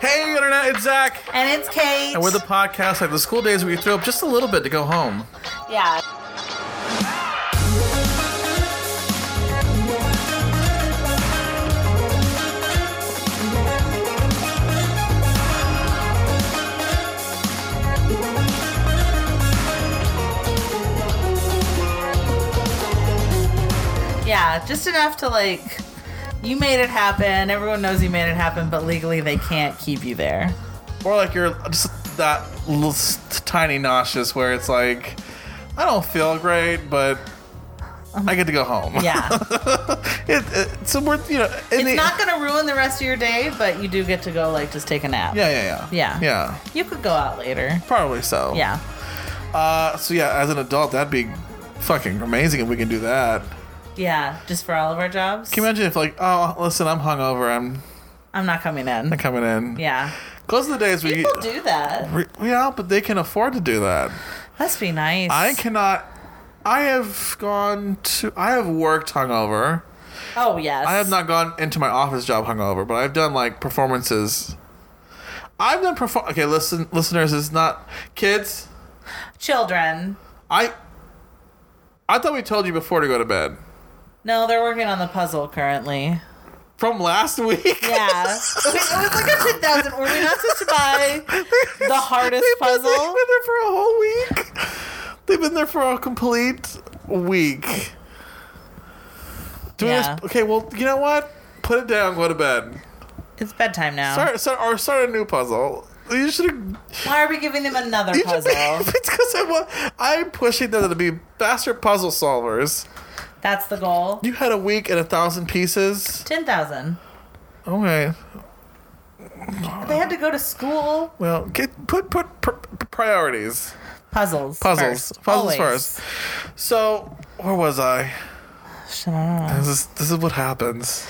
Hey, Internet, it's Zach. And it's Kate. And we're the podcast like the school days where you throw up just a little bit to go home. yeah. Yeah, just enough to like you made it happen. Everyone knows you made it happen, but legally they can't keep you there. Or like you're just that little s- tiny nauseous where it's like, I don't feel great, but I get to go home. Yeah. it, it, so we're, you know, in It's the- not going to ruin the rest of your day, but you do get to go like just take a nap. Yeah, yeah, yeah. Yeah. Yeah. You could go out later. Probably so. Yeah. Uh, so yeah, as an adult, that'd be fucking amazing if we can do that. Yeah, just for all of our jobs. Can you imagine if like, oh, listen, I'm hungover, I'm I'm not coming in. not coming in. Yeah. Those are the days we. People do that. Re- Yeah, but they can afford to do that. Must be nice. I cannot. I have gone to. I have worked hungover. Oh, yes. I have not gone into my office job hungover, but I've done like performances. I've done perform. Okay, listen, listeners, it's not kids. Children. I. I thought we told you before to go to bed. No, they're working on the puzzle currently. From last week. Yeah. it was it was like a 10,000. Were we not supposed to buy the hardest They've been, they've puzzle? been there for a whole week. They've been there for a complete week. Do we Yeah. just- okay, well, you know what? Put it down. Go to bed. It's bedtime now. Start, start or start a new puzzle. You should. Why are we giving them another You should be, puzzle? it's because I want. I'm pushing them to be faster puzzle solvers. That's the goal. You had a week and a thousand pieces. 10,000. Okay. They had to go to school. Well, get put put pr- pr- priorities. Puzzles. Puzzles. first. Puzzles Always. first. So where was I? Shut up. This is this is what happens.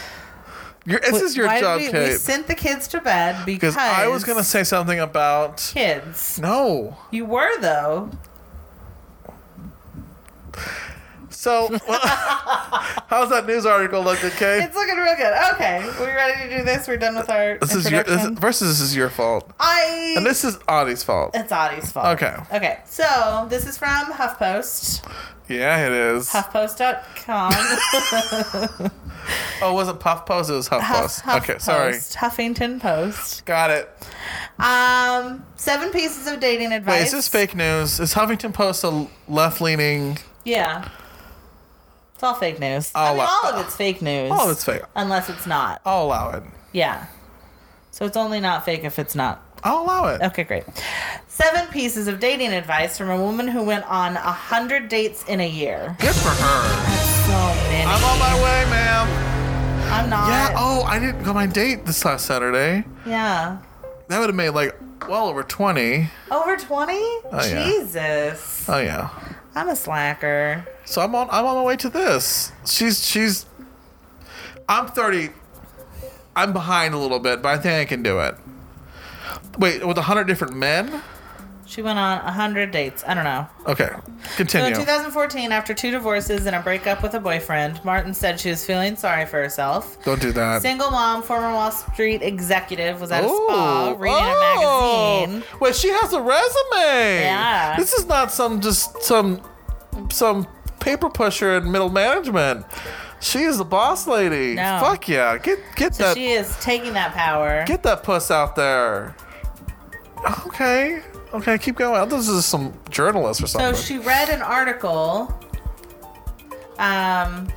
Your, this is your Why did job, we, We Kate. sent the kids to bed because Because I was gonna say something about kids. no. You were though. So how's that news article looking, Kate? It's looking real good. Okay, we ready to do this? We're done with our This is your introduction. this, first. This is your fault, I. and this is Audie's fault. it's Audie's fault. Okay. Okay. So this is from HuffPost. Yeah, it is. HuffPost.com. Oh, it wasn't Puff Post. It was Huff, Huff, Post. Okay, sorry. HuffPost, Huffington Post. Got it. Um, seven pieces of dating Wait, advice. is this fake news? Is Huffington Post a left-leaning? Yeah. It's all fake news. I I'll mean, allow- all of it's fake news. All of it's fake. Unless it's not. I'll allow it. Yeah. So it's only not fake if it's not. I'll allow it. Okay, great. Seven pieces of dating advice from a woman who went on a hundred dates in a year. Good for her. So many. I'm I'm, on my way, ma'am. not. Yeah. Oh, I didn't go on my date this last Saturday. Yeah. That would have made like well over twenty. Over twenty? Oh, yeah. Jesus. Oh yeah. I'm a slacker. So I'm on I'm on my way to this. She's she's I'm 30. I'm behind a little bit, but I think I can do it. Wait, with 100 different men? She went on a hundred dates. I don't know. Okay. So in Continue. 2014, after two divorces and a breakup with a boyfriend, Martin said she was feeling sorry for herself. Don't do that. Single mom, former Wall Street executive, was at a spa Ooh. reading Oh. a magazine. Wait, she has a resume. Yeah. This is not some just some some paper pusher in middle management. She is the boss lady. No. Fuck yeah. Get get So that she is taking that power. Get that puss out there. Okay. Okay, keep going. I thought this is some journalist or So something. she read an article um,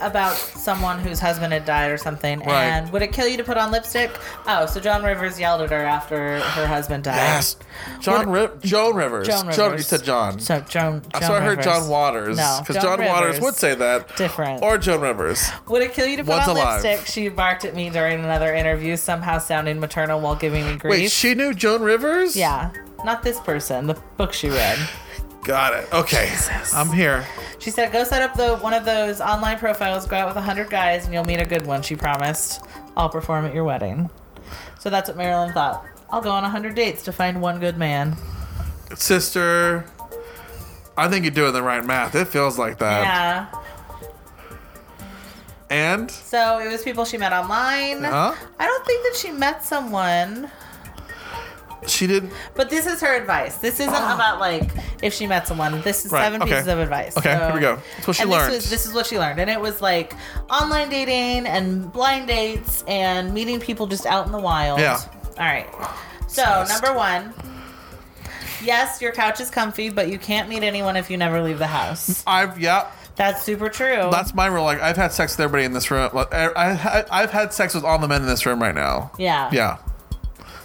about someone whose husband had died or something. Right. And would it kill you to put on lipstick? Oh, so John Rivers yelled at her after her husband died. yes. John Riv- Joan Rivers. Joan you Rivers. said John. So Joan. Joan so I heard Rivers. John Waters. No, Because Joan John Waters Rivers. would say that. Different. Or Joan Rivers. Would it kill you to put One's on alive. lipstick? She barked at me during another interview, somehow sounding maternal while giving me grief. Wait, she knew Joan Rivers? yeah, not this person. The book she read. Got it. Okay. I'm here. She said, "Go set up the one of those online profiles. Go out with a hundred guys, and you'll meet a good one." She promised, "I'll perform at your wedding." So that's what Marilyn thought. I'll go on a hundred dates to find one good man. Sister. Um, I think you're doing the right math. It feels like that. Yeah, And So it was people she met online. Huh? I don't think that she met someone. she did. But this is her advice. This isn't about like if she met someone. This is Ah. Right, seven okay. pieces of advice. Okay, here we go. That's what she and learned. This, was, this is what she learned, and it was like online dating and blind dates and meeting people just out in the wild. Yeah. All right. So Obsessed. number one. Yes, your couch is comfy, but you can't meet anyone if you never leave the house. I've yeah. That's super true. That's my rule. Like I've had sex with everybody in this room. Like, I, I I've had sex with all the men in this room right now. yeah. Yeah.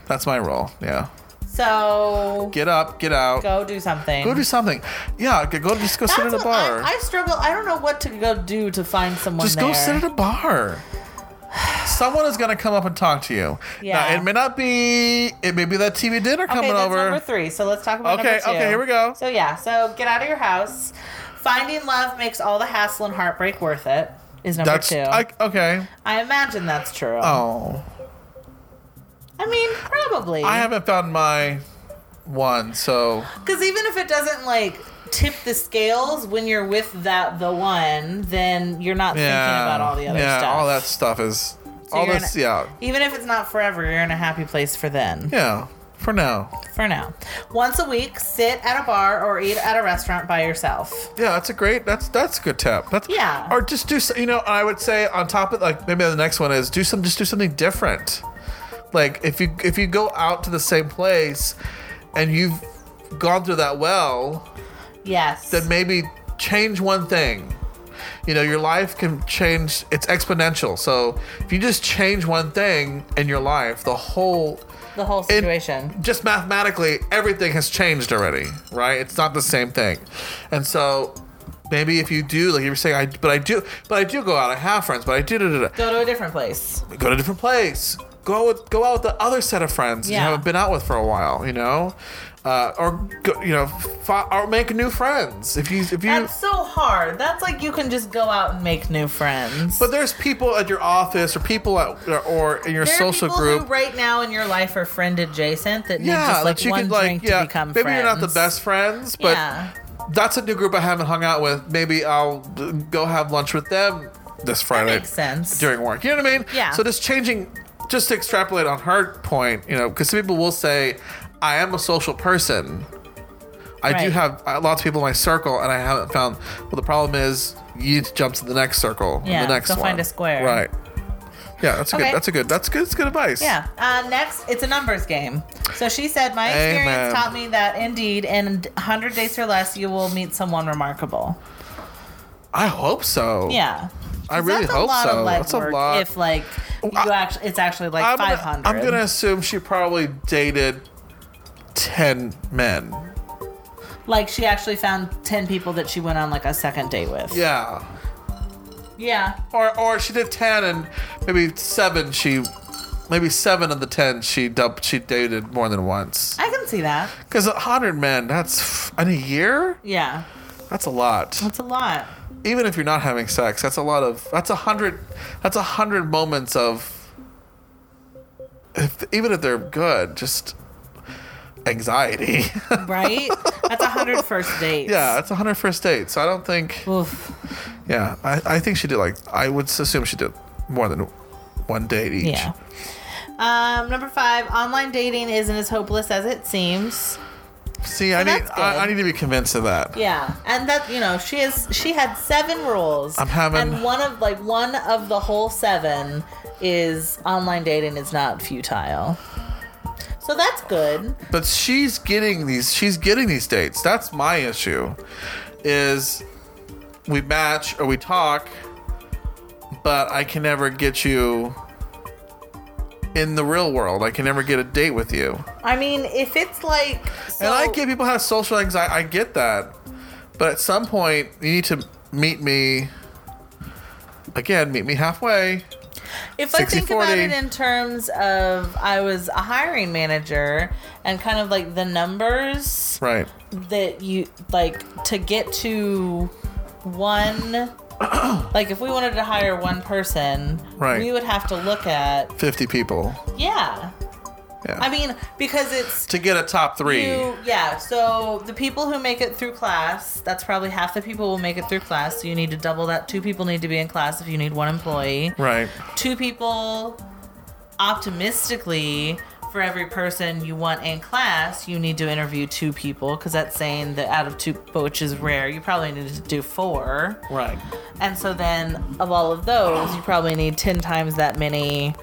That's my role. Yeah. So Get up. Get out. go do something. Go do something. Yeah, go go- just go sit at a That's what bar. I, I struggle. I don't know what to go do to find someone. just go there. sit at a bar. Someone is gonna come up and talk to you. Yeah. Now, it may not be. It may be that TV dinner coming okay, that's over. number three. So let's talk about Okay, number two. okay, here we go. So yeah, so get out of your house. Finding love makes all the hassle and heartbreak worth it. Is number That's two. I, I, okay. imagine that's true. Oh, I mean, probably. I haven't found my one. So Because even if it doesn't like tip the scales when you're with that the one, then you're not yeah, thinking about all the other yeah, stuff. all that stuff is So all you're this. in a- yeah, Even if it's not forever, you're in a happy place for then. yeah. For now, for now. Once a week, sit at a bar or eat at a restaurant by yourself. yeah, that's a great. That's that's a good tip. That's Yeah. Or just do so- you know? I would say on top of like maybe the next one is do some just do something different. Like if you if you go out to the same place, and you've gone through that well, Yes. then maybe change one thing. You know, your life can change, it's exponential. So if you just change one thing in your life, the whole, the whole it- situation. just mathematically, everything has changed already, right? It's not the same thing. And so maybe if you do, like you were saying, I, but I do, but I do go out, I have friends, but I do, da, da, da. Go to a different place. go to a different place. Go with, go out with the other set of friends that Yeah. you haven't been out with for a while, you know, uh, or go, you know, fi- or make new friends if you if you That's so hard. That's like you can just go out and make new friends. But there's people at your office or people at or, in your there social are people group. who right now in your life are friend adjacent that need yeah, just like that you one can like drink yeah. to become maybe friends. you're not the best friends, but yeah. that's a new group I haven't hung out with. Maybe I'll d- go have lunch with them this Friday makes sense. during work. You know what I mean? Yeah. So just changing, just to extrapolate on her point, you know, because people will say, "I am a social person." I do Right. have uh, lots of people in my circle, and I haven't found. Well, the problem is you need to jump to the next circle, and Yeah, the next go one. find a square. Right. Yeah, that's a Okay. good. That's a good. That's good. That's good advice. Yeah. Uh, next, it's a numbers game. So she said, My experience Amen. taught me that indeed, in 100 dates or less, you will meet someone remarkable. I hope so. Yeah. I really that's hope a lot so. Of leg That's a work lot. If like you I- actually, it's actually like I'm five gonna, hundred. I'm gonna assume she probably dated ten men. like she actually found ten people that she went on like a second date with. Yeah. Yeah. Or or she did ten and maybe seven she. Maybe seven of the ten she dumped, she dated more than once. I can see that. Because a hundred men, that's in a year. Yeah, That's a lot. that's a lot. Even if you're not having sex, that's a lot of. That's a hundred. That's a hundred moments of. If, even if they're good, just anxiety. Right? that's a hundred first dates. Yeah, it's a hundred first date, so I don't think. Oof. Yeah, I, I think she did like I would assume she did more than one date each. Yeah. Um, number five, online dating isn't as hopeless as it seems. See, I need that's good. I, I need to be convinced of that. Yeah, and that you know she is she had seven rules. I'm having- and one of like one of the whole seven is online dating is not futile. So that's good. But she's getting these. She's getting these dates. That's my issue. Is we match or we talk, but I can never get you in the real world. I can never get a date with you. I mean, if it's like so, and I get people have social anxiety. I get that, but at some point you need to meet me. Again, meet me halfway. if I think 60-40. about it in terms of I was a hiring manager and kind of like the numbers Right. that you like to get to one. Like if we wanted to hire one person, Right. we would have to look at Fifty people. Yeah. Yeah. I mean, because it's to get a top three. you- yeah, so the people who make it through class, that's probably half the people will make it through class. So you need to double that. Two people need to be in class if you need one employee. Right. Two people, optimistically, for every person you want in class, you need to interview two people because that's saying that out of two, which is rare, you probably need to do four. Right. And so then, of all of those, you probably need 10 times that many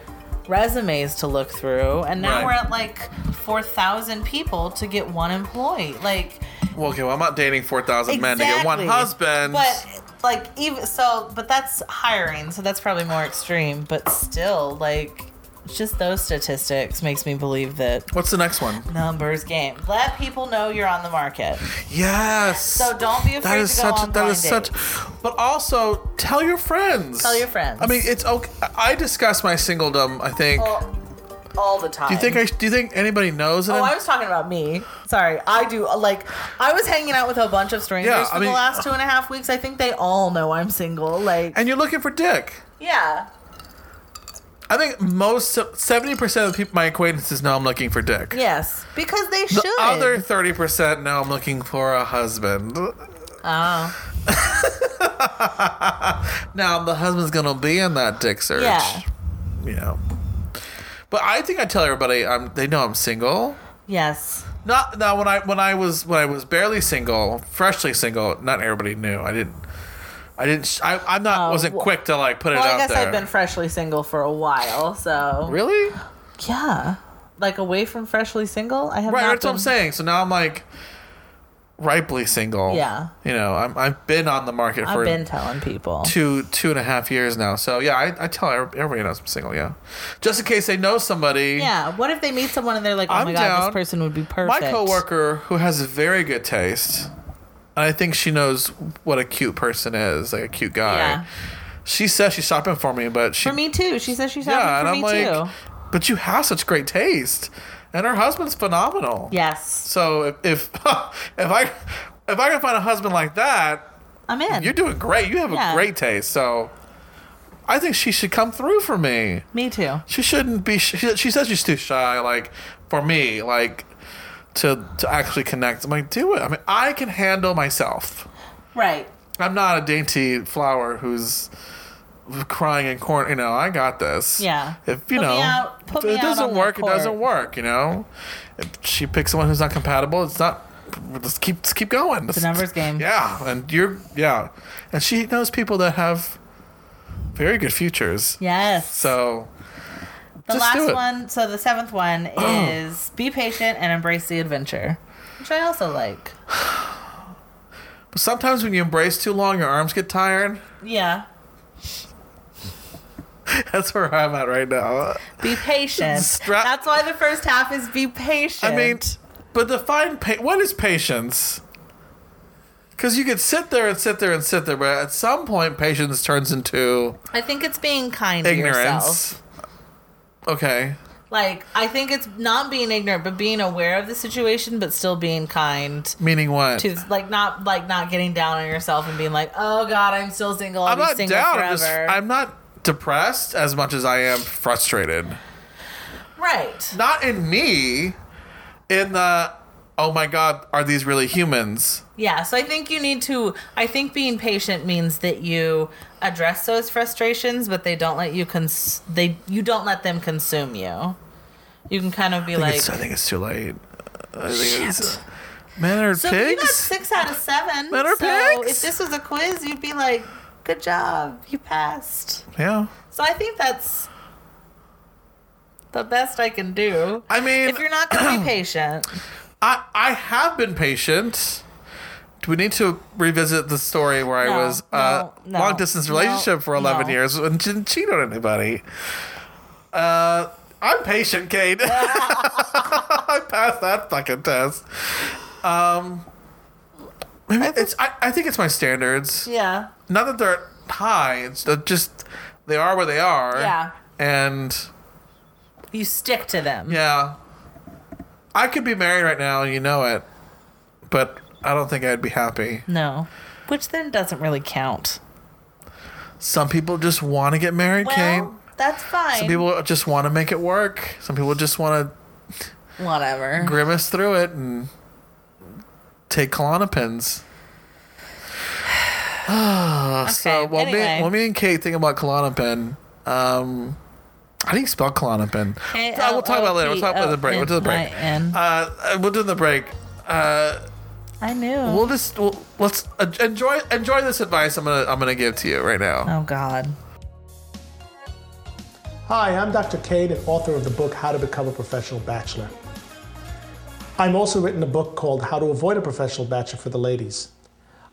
resumes to look through. And now Right. we're at like 4,000 people to get one employee. Like, Well, okay. Well, I'm not dating four thousand men to get one exactly. husband. But, like, even so, but that's hiring. So that's probably more extreme. But still, like, just those statistics makes me believe that What's the next one? numbers game. Let people know you're on the market. Yes. So don't be afraid that is to go such. on that blind is such. dates. But also tell your friends. Tell your friends. I mean, it's okay. I discuss my singledom. I think. all, all the time. do you think I? Do you think anybody knows? That Oh, I'm- I was talking about me. Sorry, I do. Like, I was hanging out with a bunch of strangers Yeah, I for mean- the last two and a half weeks. I think they all know I'm single. Like, and you're looking for dick. yeah, I think most seventy percent of the people my acquaintances know I'm looking for dick. yes, because they The should. other thirty percent know I'm looking for a husband. oh, Now the husband's gonna be in that dick search. Yeah. You know. But I think I tell everybody I'm they know I'm single. yes, Not now when I when I was when I was barely single, freshly single, not everybody knew. I didn't I didn't sh- I I'm not Oh, wasn't well- quick to like put it well, I out guess there. I've been freshly single for a while, so really? yeah, like away from freshly single, I have Right, not that's what I'm been- saying. So now I'm like ripely single. Yeah. You know, I'm I've been on the market I've for been telling people. two two and a half years now. So yeah, I, I tell every- everybody knows I'm single. Yeah, just in case they know somebody. Yeah, what if they meet someone and they're like, "Oh I'm my god, down. this person would be My perfect." coworker who has very good taste, and I think she knows what a cute person is, like a cute guy. Yeah. She says she's shopping for me, but she for me too. She says she's yeah, and happy I'm for me like, too. but you have such great taste, and her husband's phenomenal. Yes, So if if, if I if I can find a husband like that, I'm in. you're doing great. You have Yeah. a great taste. So I think she should come through for me. me too. She shouldn't be. She, she says she's too shy. Like for me, like to to actually connect. I'm like, do it. I mean, I can handle myself. Right. I'm not a dainty flower who's crying in corn. You know, I got this. Yeah. If you Put me know, out- put if me it out doesn't on the work. It court. doesn't work. You know, if she picks someone who's not compatible, it's not. Let's keep let's keep going. It's a numbers game. Yeah, and you're yeah, and she knows people that have very good futures. Yes. So the just do last it. one, so the seventh one is be patient and embrace the adventure, which I also like. Sometimes when you embrace too long, your arms get tired. Yeah. That's where I'm at right now. Be patient. Stra- That's why the first half is be patient. I mean, but define pa- what is patience? Because you could sit there and sit there and sit there, but at some point, patience turns into I think it's being kind to yourself. ignorance. Okay. Like, I think it's not being ignorant, but being aware of the situation, but still being kind. Meaning what? To like not like not getting down on yourself and being like, oh god, I'm still single. I'll I'm be not single down. forever. I'm, just, I'm not depressed as much as I am frustrated. right. Not in me, in the, oh my God, are these really humans? Yeah, so I think you need to. I think being patient means that you address those frustrations, but they don't let you cons. They you don't let them consume you. You can kind of be I like, think it's- I think it's too late. I think it's Shit. men are so you got pigs. six out of seven. Men are so pigs. if this was a quiz, you'd be like, good job, you passed. Yeah. So I think that's the best I can do. I mean, if you're not gonna be patient, I I have been patient. Do we need to revisit the story where No, I was no, uh, no, long distance no, relationship for eleven no. years and didn't cheat on anybody? Uh, I'm patient, Kate. I passed that fucking test. Um, maybe it's I, I think it's my standards. yeah, not that they're high. It's that just they are where they are. Yeah. And you stick to them. yeah, I could be married right now, and you know it, but I don't think I'd be happy. No, which then doesn't really count. Some people just want to get married, Well, Kate. that's fine. Some people just want to make it work. Some people just want to Whatever. grimace through it and take Klonopins. so Okay, while anyway. me, while me and Kate think about Klonopin, um, how do you spell Klonopin? Uh, we'll talk about it later. We'll talk about it in the break. We'll do the break. N-I-N. Uh, uh, we'll do the break. Uh, I knew. we'll just we'll, let's uh, enjoy enjoy this advice. I'm gonna I'm gonna give to you right now. oh God. Hi, I'm Dr. Cade and author of the book How to Become a Professional Bachelor. I'm also written a book called How to Avoid a Professional Bachelor for the Ladies.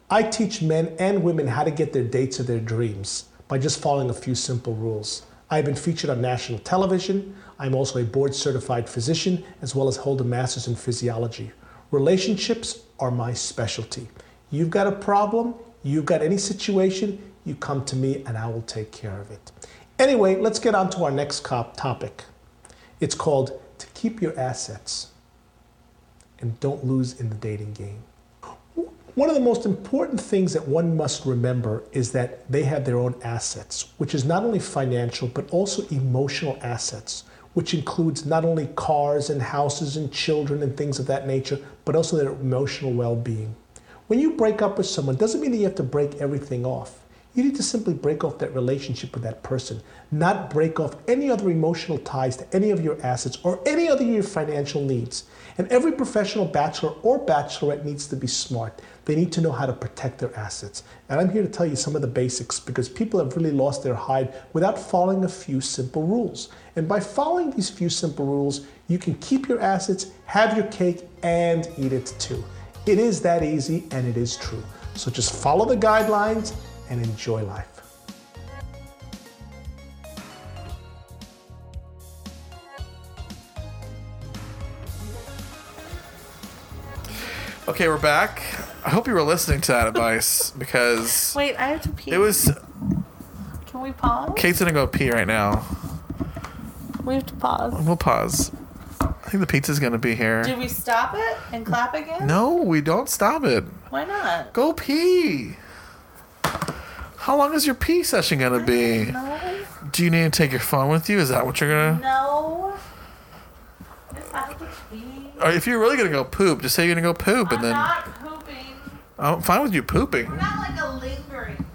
I teach men and women how to get their dates of their dreams by just following a few simple rules. I've been featured on national television. I'm also a board certified physician as well as hold a master's in physiology. Relationships are my specialty. You've got a problem, you've got any situation, you come to me and I will take care of it. Anyway, let's get on to our next cop topic. It's called to keep your assets and don't lose in the dating game. One of the most important things that one must remember is that they have their own assets, which is not only financial, but also emotional assets, which includes not only cars and houses and children and things of that nature, but also their emotional well being. When you break up with someone, doesn't mean that you have to break everything off. You need to simply break off that relationship with that person, not break off any other emotional ties to any of your assets or any other of your financial needs. And every professional bachelor or bachelorette needs to be smart. They need to know how to protect their assets. And I'm here to tell you some of the basics because people have really lost their hide without following a few simple rules. And by following these few simple rules, you can keep your assets, have your cake, and eat it too. It is that easy and it is true. So just follow the guidelines and enjoy life. Okay, we're back. I hope you were listening to that advice because Wait, I have to pee. it was Can we pause? Kate's gonna go pee right now. We have to pause. We'll pause. I think the pizza's gonna be here. Do we stop it and clap again? No, we don't stop it. Why not? Go pee. How long is your pee session gonna be? No. Do you need to take your phone with you? Is that what you're gonna? No. If I have to pee. Or if you're really gonna go poop, just say you're gonna go poop, and I'm then not pooping. I'm fine with you pooping. Not like a lingering.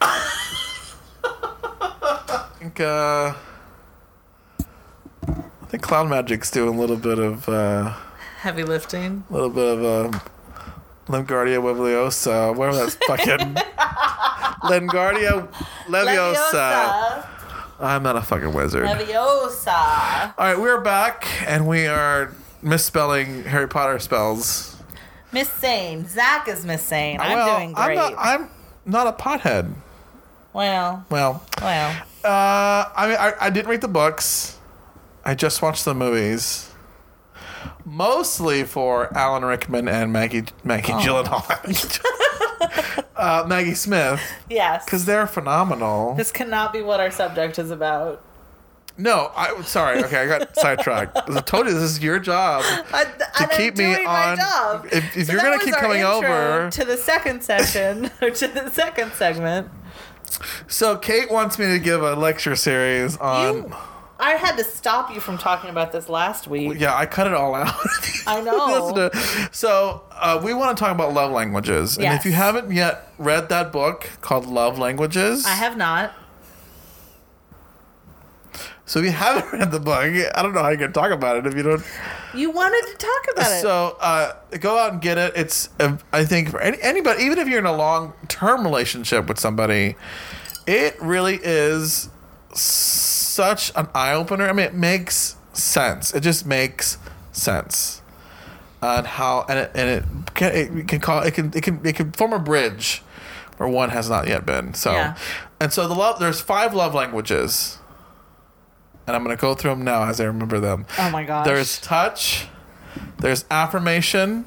I think uh, I think Cloud Magic's doing a little bit of a uh, Heavy lifting. little bit of uh, Lingardia Leviosa, whatever that's fucking Lingardia Leviosa. I'm not a fucking wizard. Leviosa. All right, we're back and we are misspelling Harry Potter spells. Miss Sane. Zach is Miss Sane. I'm well, doing great. I'm not, I'm not a pothead. well, Well, well. uh, I mean, I, I didn't read the books. I just watched the movies, mostly for Alan Rickman and Maggie Oh. Maggie Gyllenhaal, uh, Maggie Smith, Yes. because they're phenomenal. This cannot be what our subject is about. No, I sorry. Okay, I got sidetracked. I told you this is your job I, to keep me on. If, if you're gonna keep coming over, to the second session or to the second segment, so Kate wants me to give a lecture series on. you, I had to stop you from talking about this last week. yeah, I cut it all out. I know. Listen to- so uh, we want to talk about love languages, and if you Yes. haven't yet read that book called Love Languages, I have not. So if you haven't read the book, I don't know how you can talk about it if you don't. You wanted to talk about it. So uh, go out and get it. It's uh, I think for any, anybody, even if you're in a long term relationship with somebody, it really is such an eye opener. I mean, it makes sense. It just makes sense. And how and it, and it can it can call it can it can it can form a bridge where one has not yet been. So Yeah. and so the love there's five love languages. And I'm gonna go through them now as I remember them. Oh my gosh. There's touch, there's affirmation,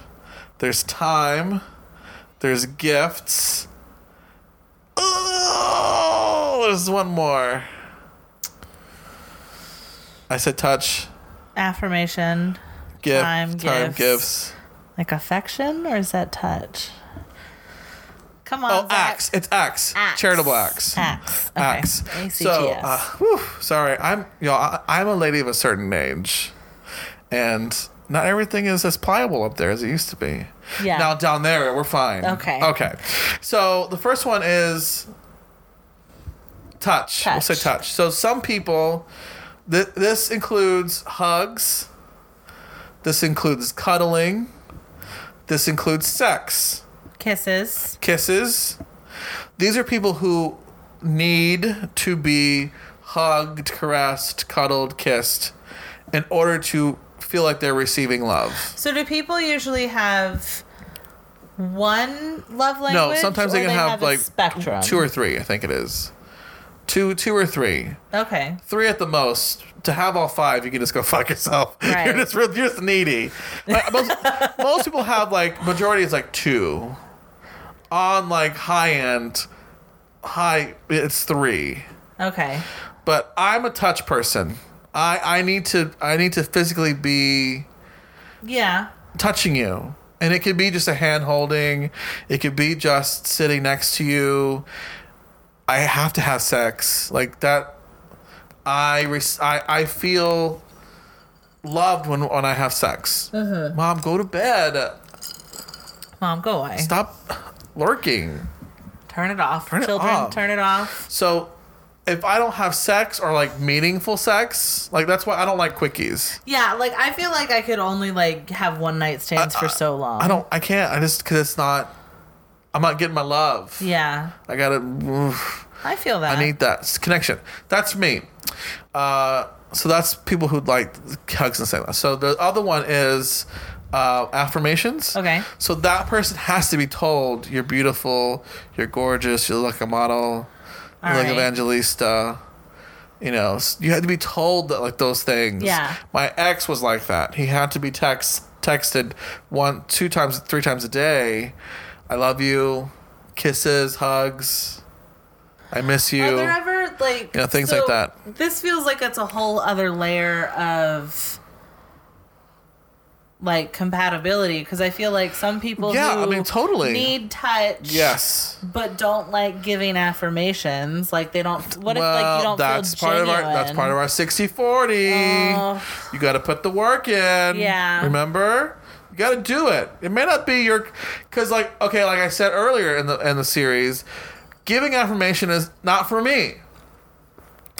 there's time, there's gifts. Oh, there's one more. I said touch, affirmation, gift, Time, time, gifts. gifts. like affection, or is that touch? Come on, Oh, Zach. axe. It's axe. Axe. Charitable axe. Axe. Okay. Axe. So, ACTS. uh, whew, sorry. I'm you know I, I'm a lady of a certain age, and not everything is as pliable up there as it used to be. Yeah. Now down there we're fine. Okay. Okay. So the first one is touch. We'll say Touch. touch. So some people, th- this includes hugs. This includes cuddling. This includes sex Kisses. kisses. These are people who need to be hugged, caressed, cuddled, kissed in order to feel like they're receiving love. So do people usually have one love language? no, sometimes they or can have, a like spectrum. two or three, I think it is. Two two or three. okay. Three at the most. To have all five, you can just go fuck yourself. Right. You're just real- you're just needy. Like, most, most people have like majority is like two. On like high end, high it's three. Okay. but I'm a touch person. I I need to I need to physically be Yeah. touching you. And it could be just a hand holding. It could be just sitting next to you. I have to have sex. Like that I res- I I feel loved when when I have sex. Mom, go to bed. Mom, go away. Stop lurking. Turn it off. Turn it Children, off. turn it off. So if I don't have sex or like meaningful sex, like that's why I don't like quickies. Yeah, like I feel like I could only like have one night stands for so long. Uh, I don't. I can't. I just because it's not. I'm not getting my love. Yeah, I gotta. oof, I feel that. I need that s- connection. That's me. Uh, so that's people who like hugs and stuff. So the other one is uh, affirmations. Okay. So that person has to be told you're beautiful, you're gorgeous, you look like a model, you All look like right. Evangelista. You know, s- you had to be told that like those things. Yeah. My ex was like that. He had to be text texted one, two times, three times a day. I love you, kisses, hugs. I miss you. Are there ever like You know, things like that. This feels like it's a whole other layer of like compatibility because I feel like some people Yeah, who I mean, totally. need touch yes. but don't like giving affirmations like they don't what if like you don't that's feel part genuine? of our that's part of our 60 40 Oh. you got to put the work in Yeah. remember you got to do it it may not be your because like okay like i said earlier in the in the series giving affirmation is not for me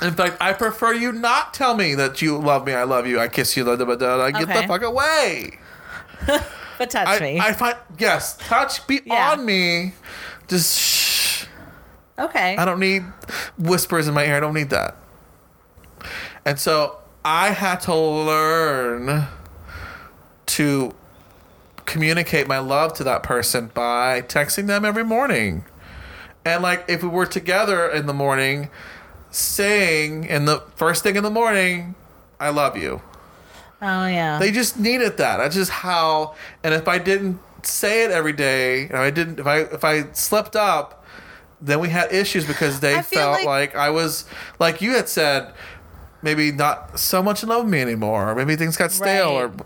in fact i prefer you not tell me that you love me i love you i kiss you da, da, da, da, da. get Okay. the fuck away but touch I, me I find yes touch be Yeah. on me just shh okay I don't need whispers in my ear. I don't need that. And so I had to learn to communicate my love to that person by texting them every morning. And like if we were together in the morning, saying in the first thing in the morning, I love you. oh yeah They just needed that. That's just how. And if I didn't say it every day, and I didn't, if I if I slept up, then we had issues because they I feel felt like, like- I was like you had said, maybe not so much in love with me anymore, or maybe things got stale, Right. or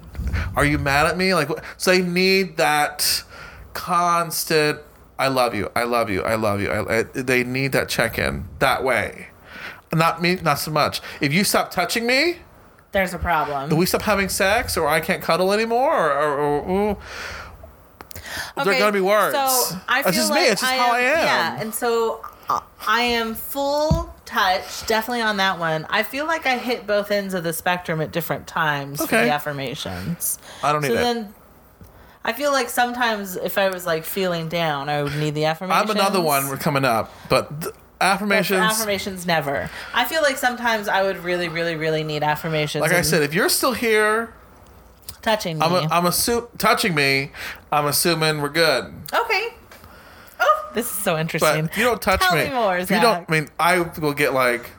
are you mad at me? Like wh- so, they need that constant. I love you. I love you. I love you. I, I, they need that check in that way. Not me. Not so much. If you stop touching me, there's a problem we stop having sex or I can't cuddle anymore or, or, or, ooh, there are Okay, gonna be words. So I feel That's just like me. It's just I how I am. Yeah, and so uh, I am full touch, definitely on that one. I feel like I hit both ends of the spectrum at different times for Okay. the affirmations. I don't need So it. then. I feel like sometimes if I was like feeling down, I would need the affirmations. I'm another one. We're coming up, but th- affirmations. Affirmations never. I feel like sometimes I would really, really, really need affirmations. like I and said, if you're still here, touching me. I'm a, I'm assu- touching me. I'm assuming we're good. okay. Oh, this is so interesting. But if you don't touch Tell me. me more, if you don't. Zach. I mean, I will get like,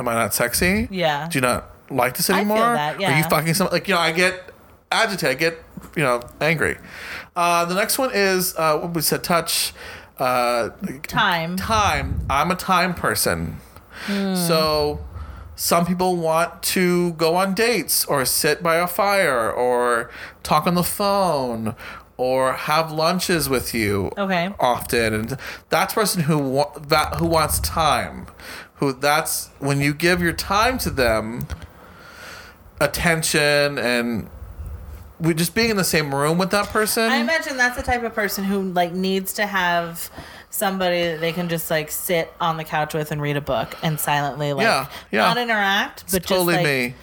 am I not sexy? Yeah. Do you not like this feel anymore? that, Are you yeah. fucking some? Like you know, I get agitated. I get you know angry. Uh, the next one is uh, what we said. Touch. Uh, Time. time. I'm a time person. So some people want to go on dates or sit by a fire or talk on the phone or have lunches with you Okay. often and that's the person who wa- that who wants time who that's when you give your time to them attention and we just being in the same room with that person I imagine that's the type of person who like needs to have somebody that they can just like sit on the couch with and read a book and silently like Yeah, yeah. not interact, but it's totally just like, me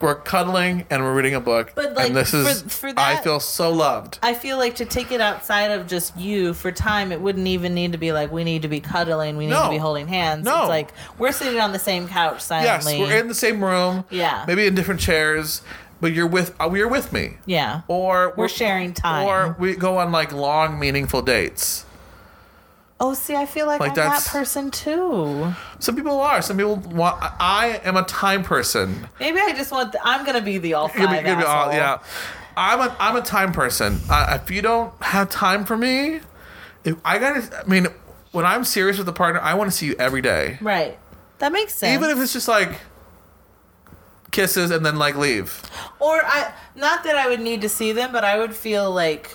we're cuddling and we're reading a book But, like, and this is for- for i that- feel so loved I feel like to take it outside of just you for time, it wouldn't even need to be like we need to be cuddling, we need No. to be holding hands. No. It's like we're sitting on the same couch yes silently. we're in the same room Yeah. maybe in different chairs but you're with uh, you're with me yeah. or We're sharing time. or we go on like long meaningful dates oh, see, I feel like, Like I'm that's- that person too. Some people are. Some people want. I I am a time person. Maybe I just want. The, I'm gonna be the all 5 Give me- give me all- asshole. yeah. I'm a I'm a time person. I, if you don't have time for me, if I gotta. I mean, when I'm serious with a partner, I want to see you every day, Right. That makes sense. even if it's just like kisses and then like leave. or I not that I would need to see them, but I would feel like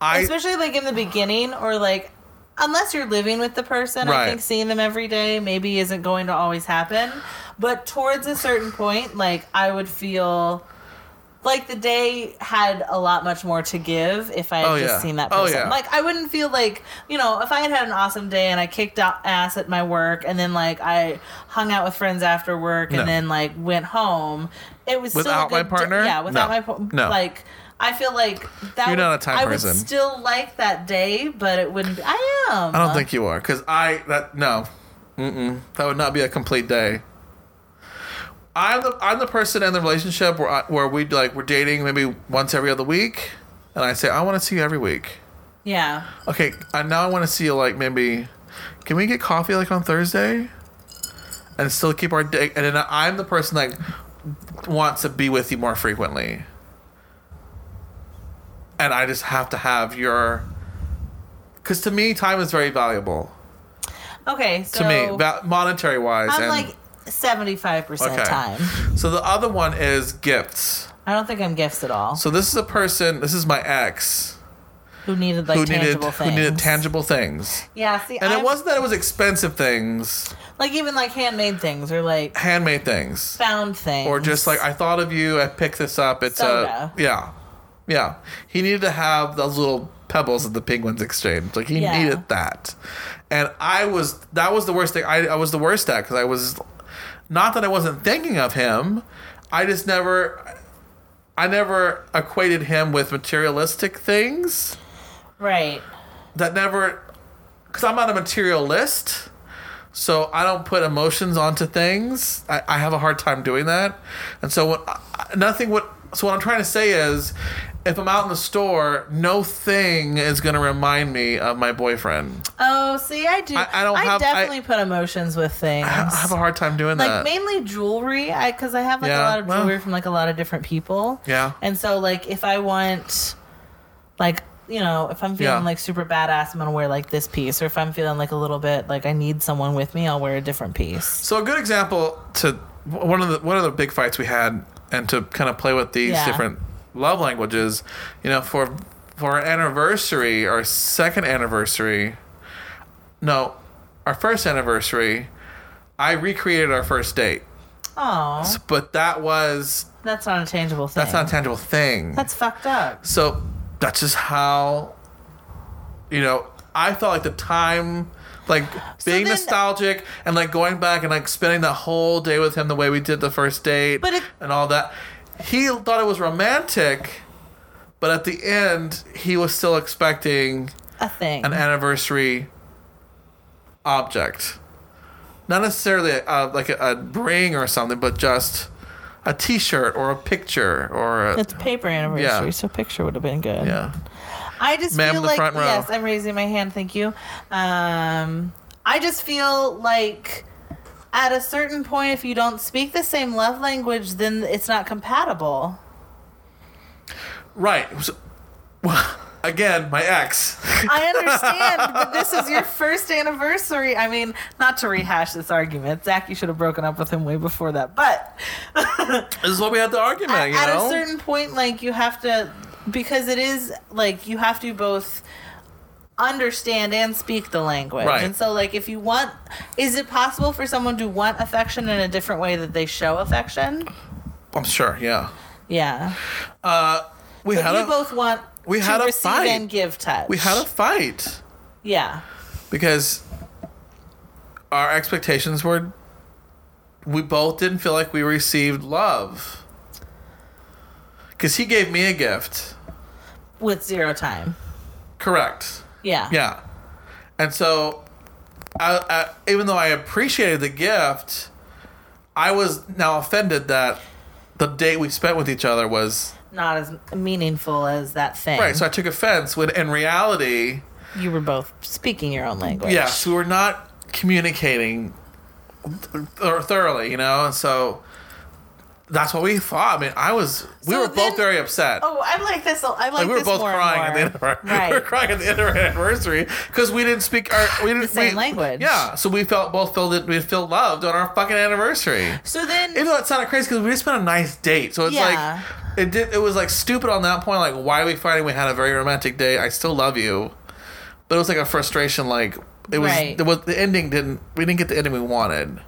I especially like in the beginning or like unless you're living with the person Right. i think seeing them every day maybe isn't going to always happen but towards a certain point like i would feel like the day had a lot much more to give if i had Oh, just yeah. seen that Oh, person yeah. like i wouldn't feel like you know if i had had an awesome day and i kicked out ass at my work and then like i hung out with friends after work and No. then like went home it was Without still my a good d- partner? yeah without No. my par- No. like I feel like that. You're would- not a time I would person. still like that day, but it wouldn't. Be, I am. I don't think you are because I that no, Mm-mm. that would not be a complete day. I'm the I'm the person in the relationship where I, where we like we're dating maybe once every other week, and I say I want to see you every week. Yeah. Okay, and now I want to see you like maybe, can we get coffee like on Thursday, and still keep our date? And then I'm the person that wants to be with you more frequently, and I just have to have your, because to me time is very valuable Okay. So to me, va- monetary wise. I'm and, like seventy-five Okay. percent time. So the other one is gifts. I don't think I'm gifts at all. So this is a person. This is my ex Who needed like who needed tangible who things? needed tangible things, Yeah. See, and I'm, it wasn't that it was expensive things, like even like handmade things or like handmade things, found things or just like I thought of you. I picked this up. It's Soda. a yeah, yeah. He needed to have those little pebbles at the penguins exchange. Like he Yeah. needed that, and I was that was the worst thing. I, I was the worst at because I was not that I wasn't thinking of him. I just never. I never equated him with materialistic things. right. That never, because I'm not a materialist, so I don't put emotions onto things. I, I have a hard time doing that, and so what? I- Nothing. What? So what I'm trying to say is, if I'm out in the store, no thing is going to remind me of my boyfriend. Oh, see, I do. I- I don't have- I- definitely put emotions with things. I have a hard time doing like that. mainly jewelry i because i have like Uh, Yeah, a lot of well. jewelry from like a lot of different people Yeah. and so like if i want like you know if i'm feeling Yeah. like super badass i'm gonna wear like this piece or if i'm feeling like a little bit like i need someone with me i'll wear a different piece So a good example to one of the one of the big fights we had, and to kind of play with these Yeah. different love languages, you know, for for our anniversary, our second anniversary, no, our first anniversary, I recreated our first date, oh but that was that's not a tangible thing that's not a tangible thing. That's fucked up so that's just how, you know, I felt like the time. Like being then- nostalgic and like going back and like spending the whole day with him the way we did the first date But it- and all that. He thought it was romantic, but at the end, he was still expecting a thing an anniversary object. Not necessarily uh, like a, a ring or something, but just a t shirt or a picture or a. it's paper anniversary Yeah. so picture would have been good yeah. I just Ma'am, feel the like front row. yes, I'm raising my hand. Thank you. Um, I just feel like at a certain point, if you don't speak the same love language, then it's not compatible. Right. So- well, again, my ex. I understand, but this is your first anniversary. I mean, not to rehash this argument, Zach, you should have broken up with him way before that. But this is what we had the argument, at, you at know? a certain point, like you have to because it is like you have to both understand and speak the language. Right. And so like if you want is it possible for someone to want affection in a different way that they show affection? I'm sure. Yeah. Yeah. We But had you a both want we to had a receive fight. and give touch. we had a fight Yeah. because our expectations were we both didn't feel like we received love. Cuz he gave me a gift. With zero time. Correct. Yeah. Yeah. And so, I, I, even though I appreciated the gift, I was now offended that the day we spent with each other was Not as meaningful as that thing. right. So I took offense when, in reality, you were both speaking your own language. yes, we were not communicating th- th- thoroughly, you know. And so that's what we thought. I mean, I was. we So were both then- very upset. Oh, I like this. I like, Like, we were this both more and crying at more. the end of our, right. we were crying at the end of our anniversary because we didn't speak our we didn't same we- language. Yeah, so we felt both felt that we feel loved on our fucking anniversary. So then, Even though it sounded crazy because we just spent a nice date, so it's Yeah. like it did. It was like stupid on that point. Like, why are we fighting? We had a very romantic day. I still love you, but it was like a frustration. Like it was. Right. It was the ending didn't. We didn't get the ending we wanted.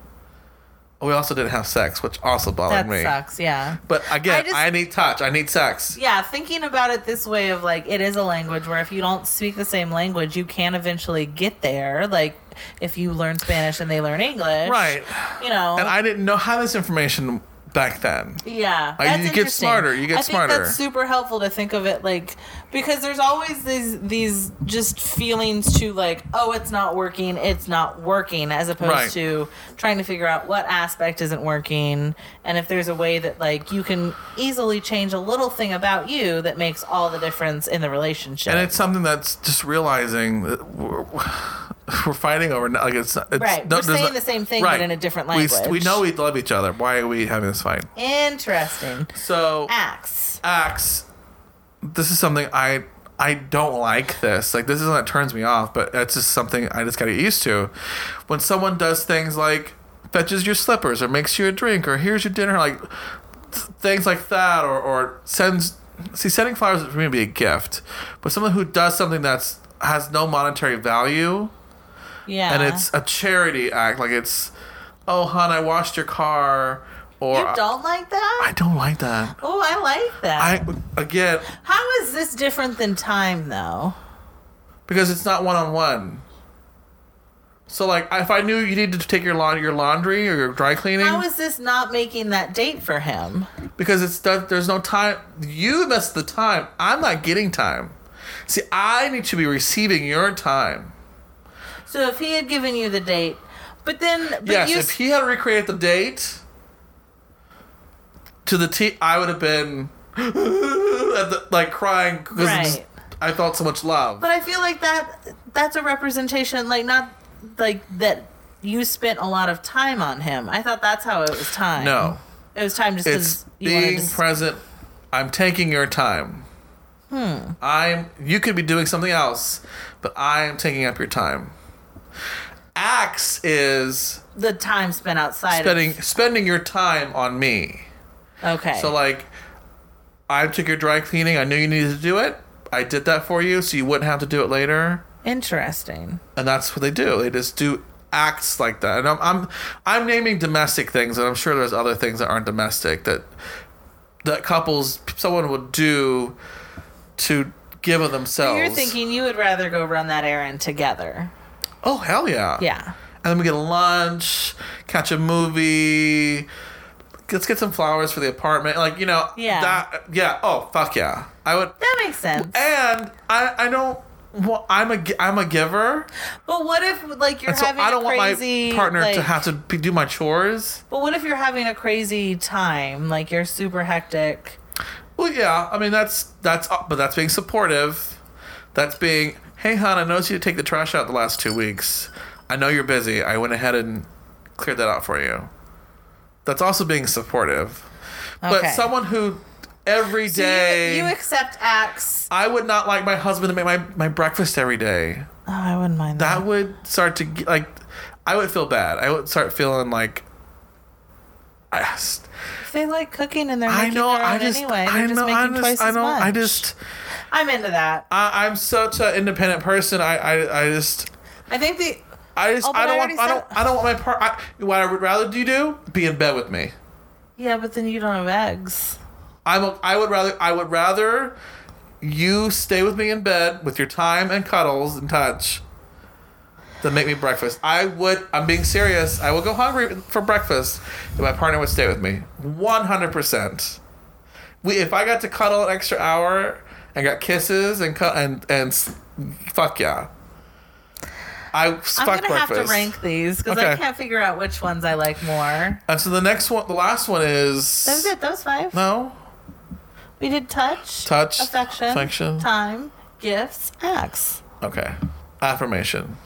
We also didn't have sex, which also bothered that me. sucks. Yeah. But again, I, I just- need touch. I need sex. Yeah, thinking about it this way of like it is a language where if you don't speak the same language, you can eventually get there. Like if you learn Spanish and they learn English, Right. You know, And I didn't know how this information back then. Yeah, Like, you get interesting. smarter, you get I think smarter. That's super helpful to think of it like because there's always these these just feelings to like oh it's not working it's not working as opposed Right. to trying to figure out what aspect isn't working and if there's a way that like you can easily change a little thing about you that makes all the difference in the relationship. And it's something that's just realizing that we're, we're fighting over. Like it's, it's Right. We're there's saying the same thing, but in a different We s- We, language. know we love each other. Why are we having this fight? Interesting. So Acts. acts. This is something I I don't like. This like this is what turns me off. But it's just something I just got to get used to. When someone does things like fetches your slippers or makes you a drink or here's your dinner, like th- things like that, or or sends. See, sending flowers is for me to be a gift, but someone who does something that's has no monetary value Yeah. and it's a charity act, like it's, oh, hon, I washed your car, or you don't like I that? don't like that. Oh, I like that. I again How is this different than time, though? because it's not one on one. So like, if I knew you needed to take your laundry, your laundry or your dry cleaning, How is this not making that date for him? because it's done, there's no time. You miss the time. I'm not getting time. See, I need to be receiving your time. So if he had given you the date, but then but yes, you if he had recreated the date to the T, I would have been at the, like crying because Right. I felt so much love. but I feel like that that's a representation like not like that you spent a lot of time on him. I thought that's how it was time. No. It was time just it's cuz you wanted being to s- present. I'm taking your time. Hmm. I'm. You could be doing something else, but I'm taking up your time. Acts is the time spent outside. spending spending your time on me. of, okay. So like, I took your dry cleaning. I knew you needed to do it. I did that for you, so you wouldn't have to do it later. Interesting. And that's what they do. They just do acts like that. And I'm I'm I'm naming domestic things, and I'm sure there's other things that aren't domestic that that couples someone would do to give of themselves. You're thinking you would rather go run that errand together. oh hell yeah, Yeah. And then we get lunch, catch a movie. Let's get some flowers for the apartment. Like you know, Yeah. that yeah. Oh fuck yeah, I would. That makes sense. And I I don't. Well, I'm a gi- I'm a giver, But what if like you're and so having I don't a want crazy my partner to like- have to be, do my chores. But what if you're having a crazy time? Like you're super hectic. Well, yeah. I mean, that's that's uh, but that's being supportive. That's being, hey, hon, I noticed you take the trash out the last two weeks. I know you're busy. I went ahead and cleared that out for you. That's also being supportive. But Okay. someone who every Do you- day, You, accept acts. I would not like my husband to make my my breakfast every day. Oh, I wouldn't mind that. That would start to g- like, I would feel bad. I would start feeling like. I, They like cooking and they're making I know. their own I just. anyway. They're I just know. making I'm twice just. I as don't. much. I just. I'm into that. I, I'm such an independent person. I. I. I just. I think the I just. Oh, but I don't I want. already I don't. said- I don't want my part. I, what I would rather you do be in bed with me. yeah, but then you don't have eggs. I'm. A, I would rather. I would rather you stay with me in bed with your time and cuddles and touch than make me breakfast. I would. I'm being serious. I will go hungry for breakfast if my partner would stay with me. One hundred percent. We. If I got to cuddle an extra hour and got kisses and cu- and and s- fuck yeah. I fuck I'm gonna breakfast. have to rank these because I Okay. can't figure out which ones I like more. And so the next one, the last one is. That was it. That was five. No, We did touch, Touch, affection, affection. time, gifts, acts. okay, affirmation.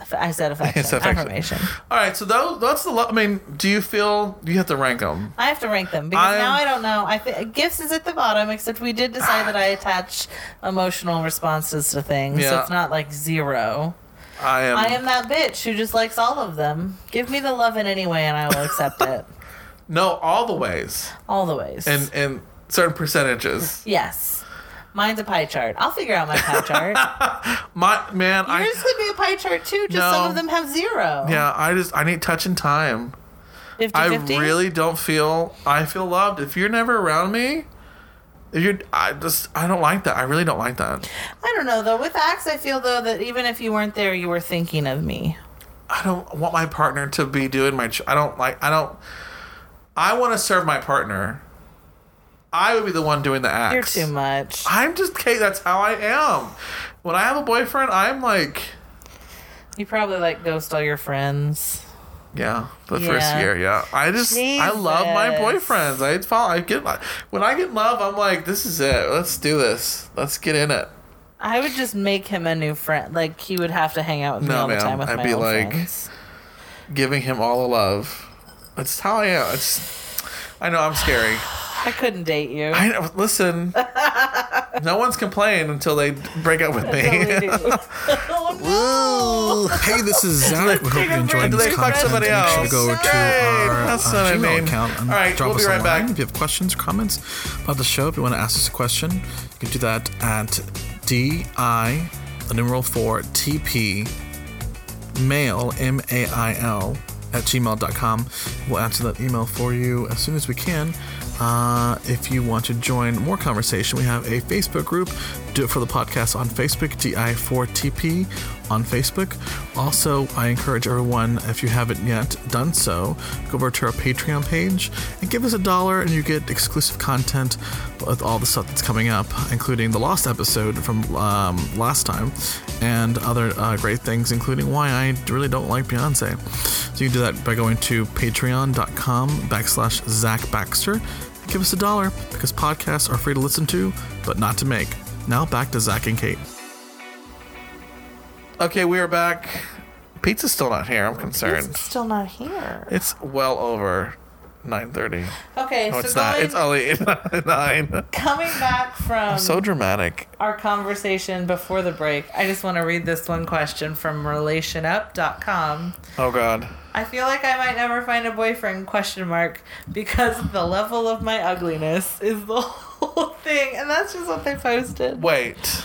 Aff- I said affection, It's affection. affirmation. All right, so tho- that's the. Lo- I mean, do you feel you have to rank them? I have to rank them because I'm- now I don't know. I thi- gifts is at the bottom, except we did decide that I attach emotional responses to things, so Yeah. it's not like zero. I am. I am that bitch who just likes all of them. Give me the love in any way, and I will accept it no all the ways all the ways. and and certain percentages. yes, mine's a pie chart. I'll figure out my pie chart. My man, I Yours could be a pie chart too. Just No. some of them have zero. yeah, I just I need touch and time. 50 I really don't feel I feel loved if you're never around me. If you're, I just I don't like that. I really don't like that. I don't know though. With acts, I feel though that even if you weren't there, you were thinking of me. I don't want my partner to be doing my. Ch- I don't like. I don't. I want to serve my partner. I would be the one doing the You're acts. too much. I'm just Kate. That's how I am. When I have a boyfriend, I'm like, You probably like ghost all your friends. yeah, the Yeah. first year, yeah. I just, I love my Jesus. boyfriends. I fall. I get my- when I get in love, I'm like, this is it. Let's do this. Let's get in it. I would just make him a new friend. Like he would have to hang out with me No, all the ma'am. time with I'd my be old like- friends. Giving him all the love. That's how I am. It's. I know I'm scary. I couldn't date you. I know. Listen, no one's complained until they break up with Totally me. do. Oh, no. Woo! Hey, this is Zanuck. We take hope you a break. enjoyed this They fucked content. somebody Make sure else. to go to Great. our uh, That's what I Gmail mean. account and All right, drop we'll be us a right line back. if you have questions or comments about the show. If you want to ask us a question, you can do that at di the numeral four tp mail m a i l at gmail.com. We'll answer that email for you as soon as we can. Uh, if you want to join more conversation, we have a Facebook group. Do it for the podcast on Facebook, DI4TP on Facebook. Also, I encourage everyone, if you haven't yet done so, go over to our Patreon page and give us a dollar, and you get exclusive content with all the stuff that's coming up, including the lost episode from um, last time and other uh, great things, including why I really don't like Beyonce. So you can do that by going to patreon.com backslash Zach Baxter. Give us a dollar because podcasts are free to listen to, but not to make. Now back to Zach and Kate. Okay, we are back. Pizza's still not here. I'm concerned. It's still not here. It's well over nine thirty. Okay, No, so Oh, it's not. going, It's only nine. coming back from So dramatic. our conversation before the break, I just want to read this one question from relationup.com. Oh God. I feel like I might never find a boyfriend question mark because the level of my ugliness is the whole thing and that's just what they posted. Wait.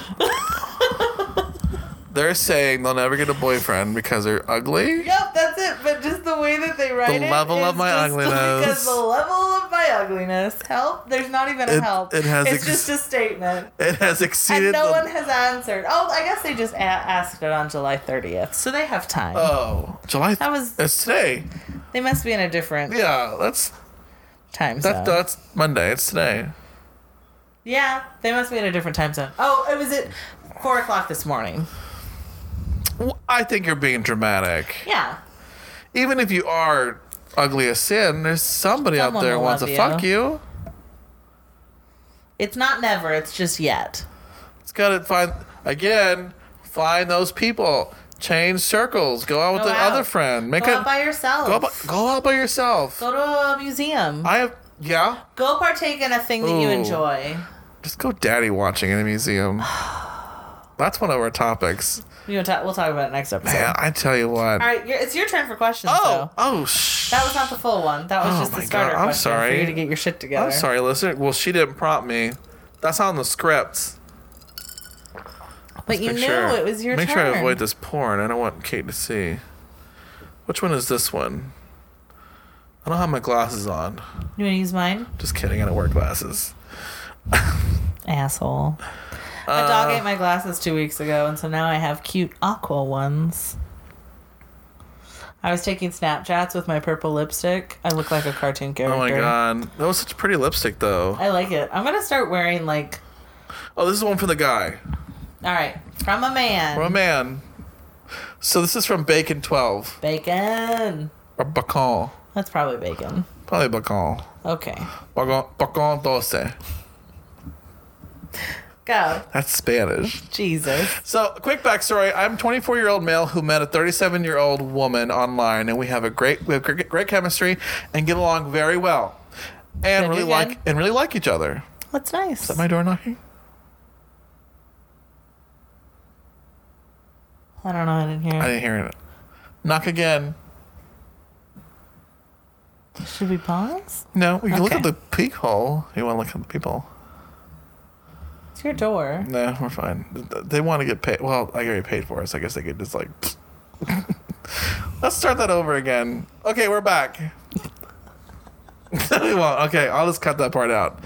They're saying they'll never get a boyfriend because they're ugly. Yep, that's it. But just the way that they write it. The level is of my just ugliness. Because the level of my ugliness. Help. There's not even a It- help. it has It's ex- just a statement. It has And exceeded. no the- one has answered. Oh, I guess they just a- asked it on July 30th. So they have time. Oh, July. That was- That's today. they must be in a different Yeah, that's time zone. that's that's Monday. It's today. Yeah, they must be in a different time zone. Oh, it was at four o'clock this morning. Well, I think you're being dramatic. Yeah. Even if you are ugly as sin, there's somebody out Someone there who will wants love to you. fuck you. It's not never, it's just yet. It's gotta find again. Find those people. Change circles. Go out with Go the out. other friend. Make Go a out by yourself. go, out by, go out by yourself. Go to a museum. I have yeah. Go partake in a thing that you Ooh. enjoy. Just go daddy watching in a museum. That's one of our topics. You know, ta- we'll talk about it next episode. Yeah, I tell you what. All right, you're, it's your turn for questions. oh, though. oh, sh- that was not the full one. That was Oh just the my starter God, I'm question for sorry. you to get your shit together. I'm sorry, listener. Well, she didn't prompt me. That's on the script. but you Make knew sure- it was your Make turn. sure I avoid this porn. I don't want Kate to see. Which one is this one? I don't have my glasses on. You want to use mine, Just kidding. I don't wear glasses. asshole? a Uh, dog ate my glasses two weeks ago, and so now I have cute aqua ones. I was taking Snapchats with my purple lipstick. I look like a cartoon character. Oh my god, that was such pretty lipstick though. I like it. I'm gonna start wearing like, Oh, this is one for the guy. all right, from a man. From a man. So this is from Bacon Twelve bacon. or Bacon. That's probably bacon. Probably Bacon. Okay, Bacon, bacon doce. go That's Spanish. Jesus. So, quick backstory: I'm a 24 year old male who met a 37 year old woman online, and we have a great, we have great, great chemistry, and get along very well, and Good really again. like and really like each other. That's nice. Is that my door knocking? I don't know. I didn't I hear. didn't hear it. Knock again. it. Should we pause? No, we can look Okay. at the peak hole. You want to look at the people? It's your door. No, we're fine. Th- They want to get paid. Well, I already paid for it, so I guess they could just like. Let's start that over again. Okay, we're back. No, we won't. Okay, I'll just cut that part out.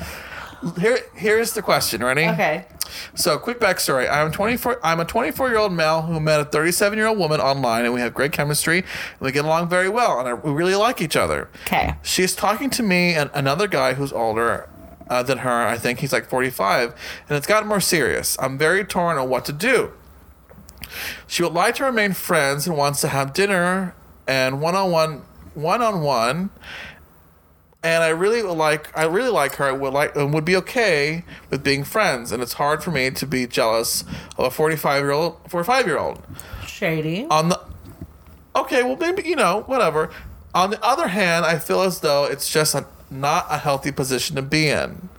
Here, here's the question. Ready? Okay. So, quick backstory. I'm 24. I'm a 24 year old male who met a 37 year old woman online, and we have great chemistry. And we get along very well, and I, we really like each other. Okay. She's talking to me and another guy who's older uh, than her. I think he's like 45, and it's gotten more serious. I'm very torn on what to do. She would like to remain friends and wants to have dinner and one on one, one on one. And I really would like, I really like her. I would like, and would be okay with being friends. And it's hard for me to be jealous of a 45 year old, 45 year old. Shady. On the okay, well maybe you know whatever. On the other hand, I feel as though it's just a, not a healthy position to be in.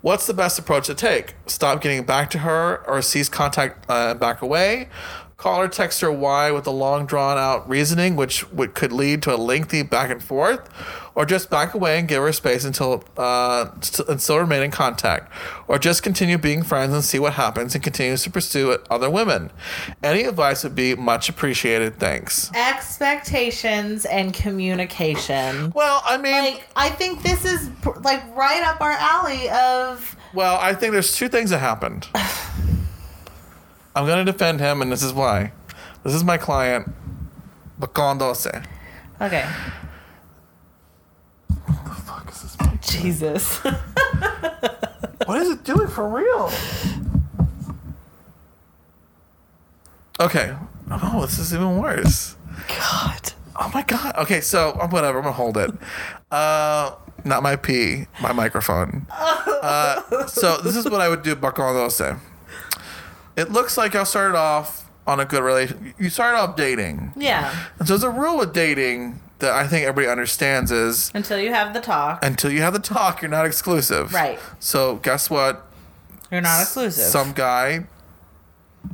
What's the best approach to take? Stop getting back to her, or cease contact uh, back away. Call or text her why with a long drawn out reasoning, which would, could lead to a lengthy back and forth, or just back away and give her space until uh, st- and still remain in contact, or just continue being friends and see what happens and continues to pursue other women. Any advice would be much appreciated. Thanks. Expectations and communication. Well, I mean, Like I think this is pr- like right up our alley of well, I think there's two things that happened. I'm gonna defend him, and this is why. This is my client, Bacon Dulce. Okay. Fuck is this? Jesus. What is it doing for real? Okay. Oh, this is even worse. God. Oh my god. Okay, so um, whatever. I'm gonna hold it. Uh, not my pee. My microphone. Uh, so this is what I would do. Bacon Dulce. It looks like y'all started off on a good relation. You started off dating. Yeah. And so there's a rule with dating that I think everybody understands is Until you have the talk, until you have the talk, you're not exclusive. Right. So guess what? you're not exclusive. Some guy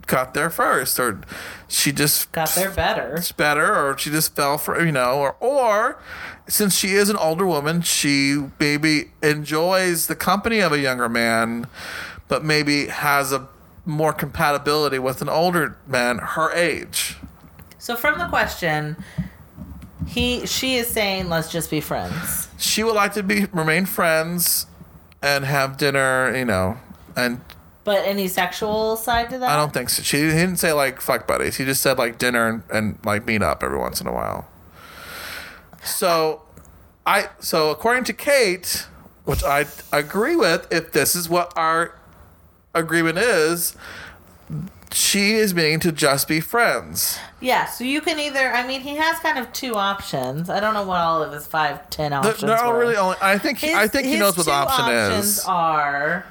got there first, or she just Got there better. it's better, or she just fell for you know, or or since she is an older woman, she maybe enjoys the company of a younger man, but maybe has a more compatibility with an older man her age. So from the question, he she is saying let's just be friends. she would like to be remain friends and have dinner, you know. And But any sexual side to that? I don't think so. she he didn't say like fuck buddies. He just said like dinner and, and like meet up every once in a while. So, I so according to Kate, which I agree with, if this is what our agreement is, she is meaning to just be friends. Yeah, so you can either. I mean, he has kind of two options. I don't know what all of his five, ten options. They're all were. really only. I think His- I think he his knows what the two option options is. Are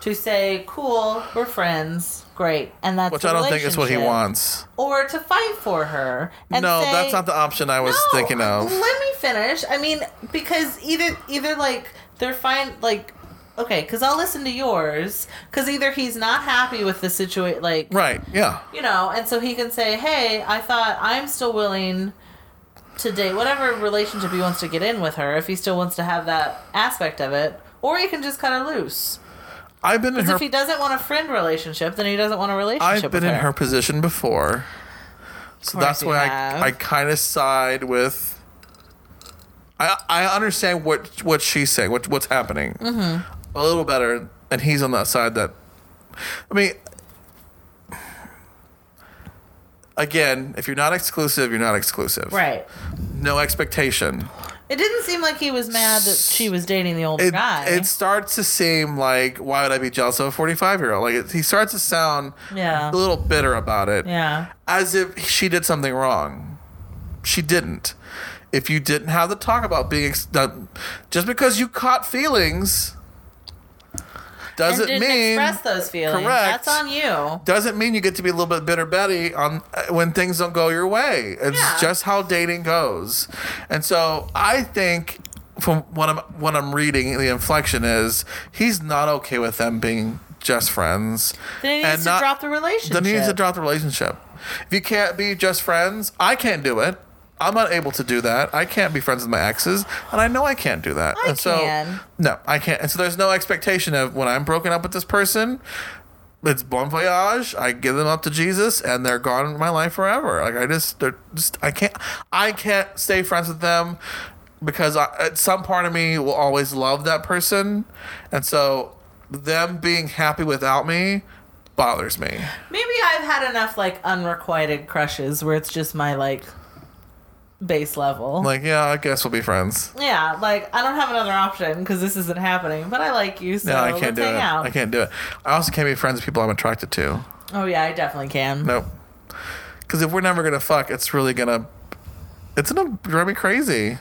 to say, "Cool, we're friends, great," and that's which the I don't think is what he relationship. wants. Or to fight for her. And no, say, that's not the option I was No, thinking of. Let me finish. I mean, because either either like they're fine, like Okay, because I'll listen to yours. Because either he's not happy with the situation, like Right. Yeah. you know, and so he can say, "Hey, I thought I'm still willing to date whatever relationship he wants to get in with her, if he still wants to have that aspect of it." Or he can just cut her loose. I've been in Because her if he doesn't want a friend relationship, then he doesn't want a relationship. I've been with in her position before. So course that's you why have. I, I kind of side with. I I understand what what she's saying, what what's happening, Mm-hmm. a little better, and he's on that side that. I mean, again, if you're not exclusive, you're not exclusive. Right. No expectation. It didn't seem like he was mad that she was dating the older It, guy. it starts to seem like why would I be jealous of a 45 year old? Like it, he starts to sound Yeah. a little bitter about it. yeah. as if she did something wrong. She didn't. If you didn't have the talk about being ex- that- just because you caught feelings And doesn't didn't mean express those feelings. Correct. That's on you. doesn't mean you get to be a little bit bitter Betty on uh, when things don't go your way. It's Yeah. just how dating goes. And so I think from what I'm what I'm reading the inflection is he's not okay with them being just friends Then he needs and to not drop the relationship. then he needs to drop the relationship. If you can't be just friends, I can't do it. I'm not able to do that. I can't be friends with my exes, and I know I can't do that. I and so, can. No, I can't. And so there's no expectation of when I'm broken up with this person, it's bon voyage. I give them up to Jesus, and they're gone in my life forever. Like I just, they're just, I can't, I can't stay friends with them because I, at some part of me will always love that person, and so them being happy without me bothers me. Maybe I've had enough like unrequited crushes where it's just my like base level. Like, yeah, I guess we'll be friends. yeah, like I don't have another option because this isn't happening. But I like you, so No, I can't let's do hang it. out. I can't do it. I also can't be friends with people I'm attracted to. Oh yeah, I definitely can. Nope. Because if we're never gonna fuck, it's really gonna, it's gonna drive me crazy.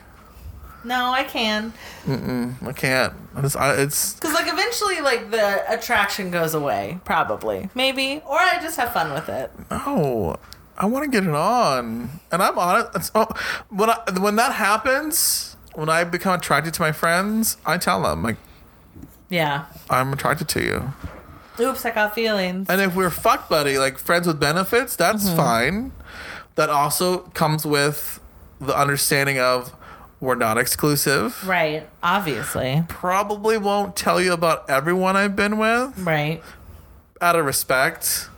No, I can I can't. I just, I, it's because like eventually like the attraction goes away, probably, maybe, or I just have fun with it. no. I want to get it on, and I'm on it. It's, oh, when I, when that happens, when I become attracted to my friends, I tell them like Yeah. I'm attracted to you. Oops, I got feelings. And if we're fuck buddy, like friends with benefits, that's fine. That also comes with the understanding of we're not exclusive. right. Obviously. Probably won't tell you about everyone I've been with Right. out of respect.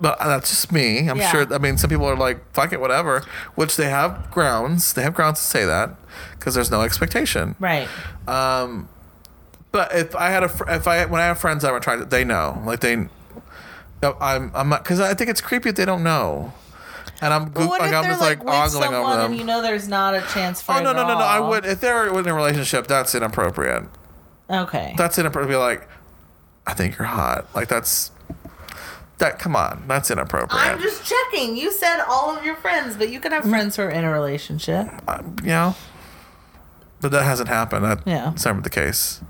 But uh, that's just me. I'm Yeah. sure. I mean, some people are like, fuck it, whatever, which they have grounds. They have grounds to say that because there's no expectation. Right. But if I had a, fr- if I when I have friends I'm attracted, they know. Like they, no, I'm I'm not because I think it's creepy if they don't know. And I'm But goop, like I'm just like, ogling over them. and you know there's not a chance for oh it no at no no no! I all? would if they're in a relationship. That's inappropriate. Okay. That's inappropriate. Like, I think you're hot. Like that's that. Come on, that's inappropriate. I'm just checking. You said all of your friends, but you can Mm. have friends who are in a relationship. Uh, you know. But that hasn't happened. That, Yeah. That's never the case.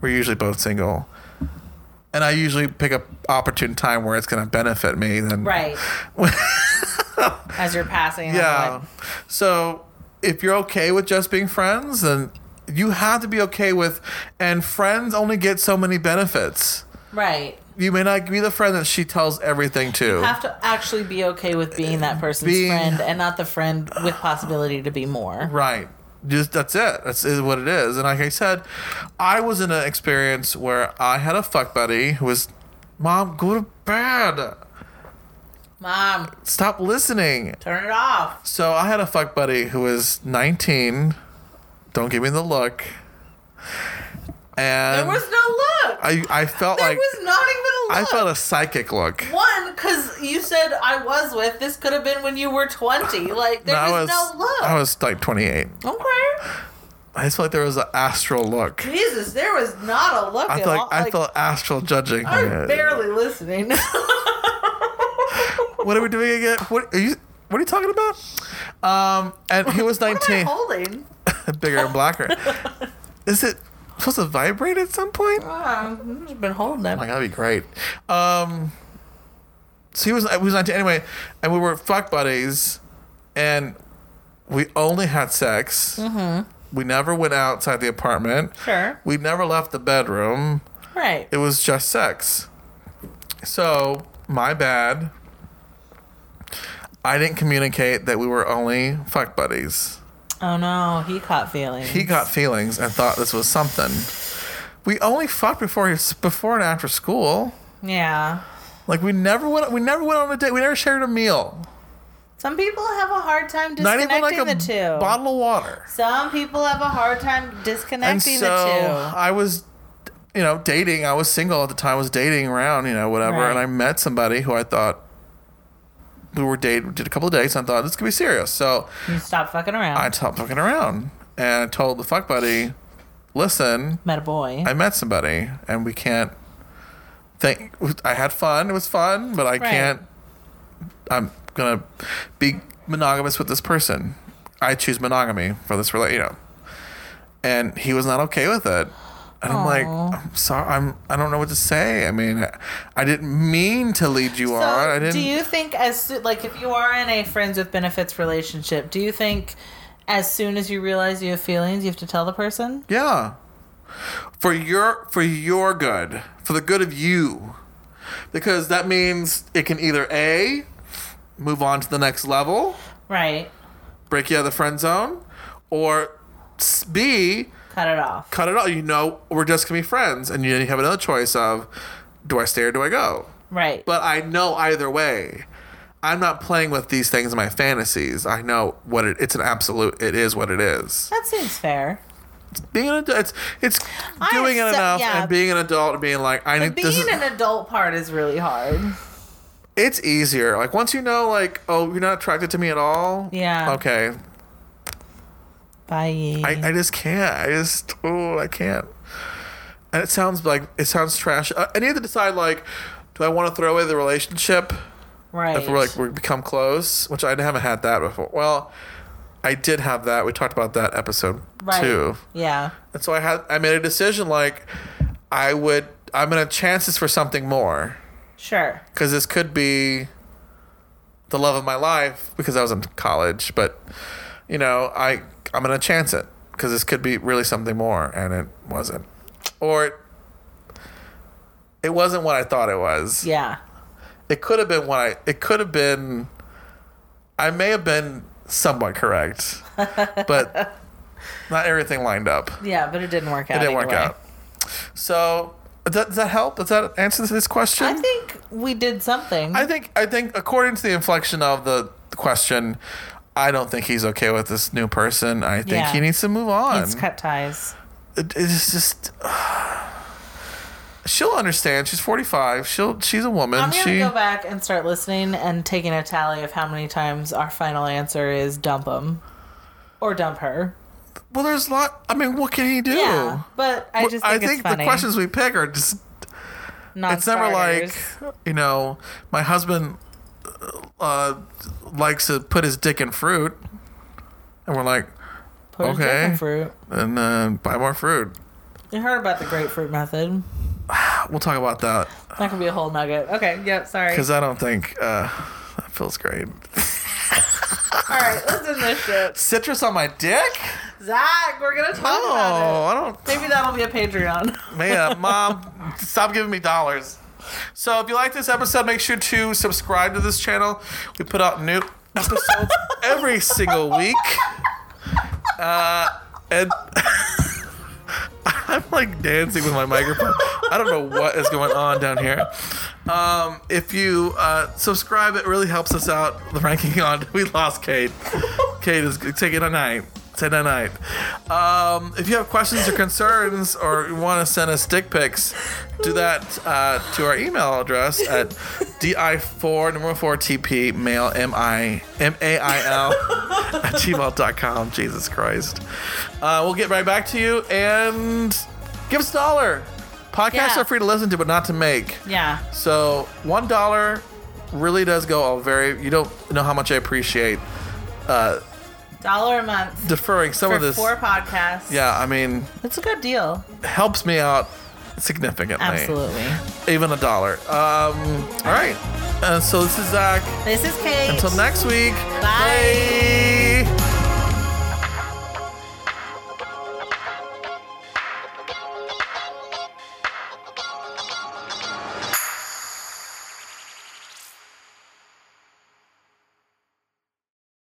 We're usually both single. And I usually pick a opportune time where it's going to benefit me. Then Right. As you're passing. Yeah. I'm So if you're okay with just being friends, then you have to be okay with, and friends only get so many benefits. like, Right. You may not be the friend that she tells everything to. You have to actually be okay with being that person's Being- friend and not the friend with possibility to be more. Right. Just that's it. That's is what it is. And like I said, I was in an experience where I had a fuck buddy who was, mom, go to bed. Mom, Stop listening. turn it off. So I had a fuck buddy who was 19. Don't give me the look. And There was no look. Um, I, I felt there like was not even I a look. felt a psychic look. one, because you said I was with. This could have been when you were 20. Like, there I was, no look. I was like 28. okay. I just felt like there was an astral look. Jesus, there was not a look I at felt like, all. I Like, felt astral judging. I'm barely listening. What are we doing again? What are you? What are you talking about? Um, and he was What am I nineteen, holding? bigger and blacker. Is it supposed to vibrate at some point? Um, I've just been holding it. Like that'd be great. Um, so he was he was nineteen anyway, and we were fuck buddies, and we only had sex. Mm-hmm. We never went outside the apartment. Sure. We never left the bedroom. Right. It was just sex. So, my bad. I didn't communicate that we were only fuck buddies. Oh no, he caught feelings. He got feelings and thought this was something. We only fucked before before and after school. yeah. Like we never went we never went on a date. We never shared a meal. Some people have a hard time Not disconnecting even like a the two. bottle of water. Some people have a hard time and disconnecting so uh, the I was, you know, dating. I was single at the time. I was dating around, you know, whatever. Right. And I met somebody who I thought we were dating. Did a couple of dates. And I thought this could be serious. So two. You stop fucking around. I stopped fucking around and I told the fuck buddy, listen, Met a boy. I met somebody and we can't. Think I had fun. It was fun, but I can't. I'm gonna be monogamous with this person. I choose monogamy for this relate, you know. And he was not okay with it. And I'm like, Aw. I'm sorry. I'm. I don't know what to say. I mean, I, I didn't mean to lead you so on. I didn't. do you think as soo- like if you are in a friends with benefits relationship, do you think as soon as you realize you have feelings, you have to tell the person? Yeah. For your for your good, for the good of you. Because that means it can either A move on to the next level, Right. break you out of the friend zone, or s- B Cut it off. cut it off. You know, we're just gonna be friends, and you have another choice of do I stay or do I go? Right. But I know either way. I'm not playing with these things in my fantasies. I know what it, it's an absolute. It is what it is. that seems fair. being an adult it's it's I doing it accept- enough yeah. and being an adult and being like i need Being this is, an adult part is really hard. it's easier like once you know like oh you're not attracted to me at all Yeah. okay Bye. i, I just can't i just oh i can't and it sounds like it sounds trash Uh, i need to decide like do i want to throw away the relationship right. if we're like we become close which i haven't had that before well i did have that we talked about that episode right. too Yeah. And so I had I made a decision like I would I'm gonna chance this for something more Sure. because this could be the love of my life because I was in college, but you know I I'm gonna chance it because this could be really something more, and it wasn't, or it, it wasn't what I thought it was. Yeah. It could have been what I it could have been. I may have been somewhat correct, but not everything lined up. Yeah, but it didn't work out. It didn't either work way. out. So does that, does that help? Does that answer this question? I think we did something. I think I think according to the inflection of the question, I don't think he's okay with this new person. I think Yeah. he needs to move on. Let's cut ties. It- it's just. She'll understand. She's forty five. She'll. She's a woman. I'm gonna she. go back and start listening and taking a tally of how many times our final answer is dump him or dump her. Well, there's a lot. I mean, what can he do? Yeah, but I Well, just think, it's funny. the questions we pick are just it's never like Non-starters. you know my husband uh, likes to put his dick in fruit and we're like Put a okay. different fruit. and uh, buy more fruit You heard about the grapefruit method. we'll talk about that That could be a whole nugget. Okay. Yep. Sorry. because i don't think uh, that feels great All right. Listen to this shit, citrus on my dick Zach. We're gonna talk about it. oh i don't Maybe that'll be a Patreon. Man, mom, stop giving me dollars. So if you like this episode, make sure to subscribe to this channel. We put out new episodes every single week. Uh, and I'm like dancing with my microphone. I don't know what is going on down here. Um, if you uh, subscribe, it really helps us out. The ranking on we lost Kate. Kate is taking a night. Say night night. Um, if you have questions or concerns or you want to send us dick pics, do that uh, to our email address at di4 number 4 tp mail m i m a i l at gmail.com. Jesus Christ. Uh, we'll get right back to you and give us a dollar. Podcasts Yeah. are free to listen to, but not to make. yeah. So one dollar really does go a very. You don't know how much I appreciate Dollar a month deferring some for of this. four podcasts. yeah, I mean, It's a good deal. helps me out significantly. Absolutely. Even a dollar. Um, all right. Uh, so this is Zach. This is Kate. Until next week. Bye.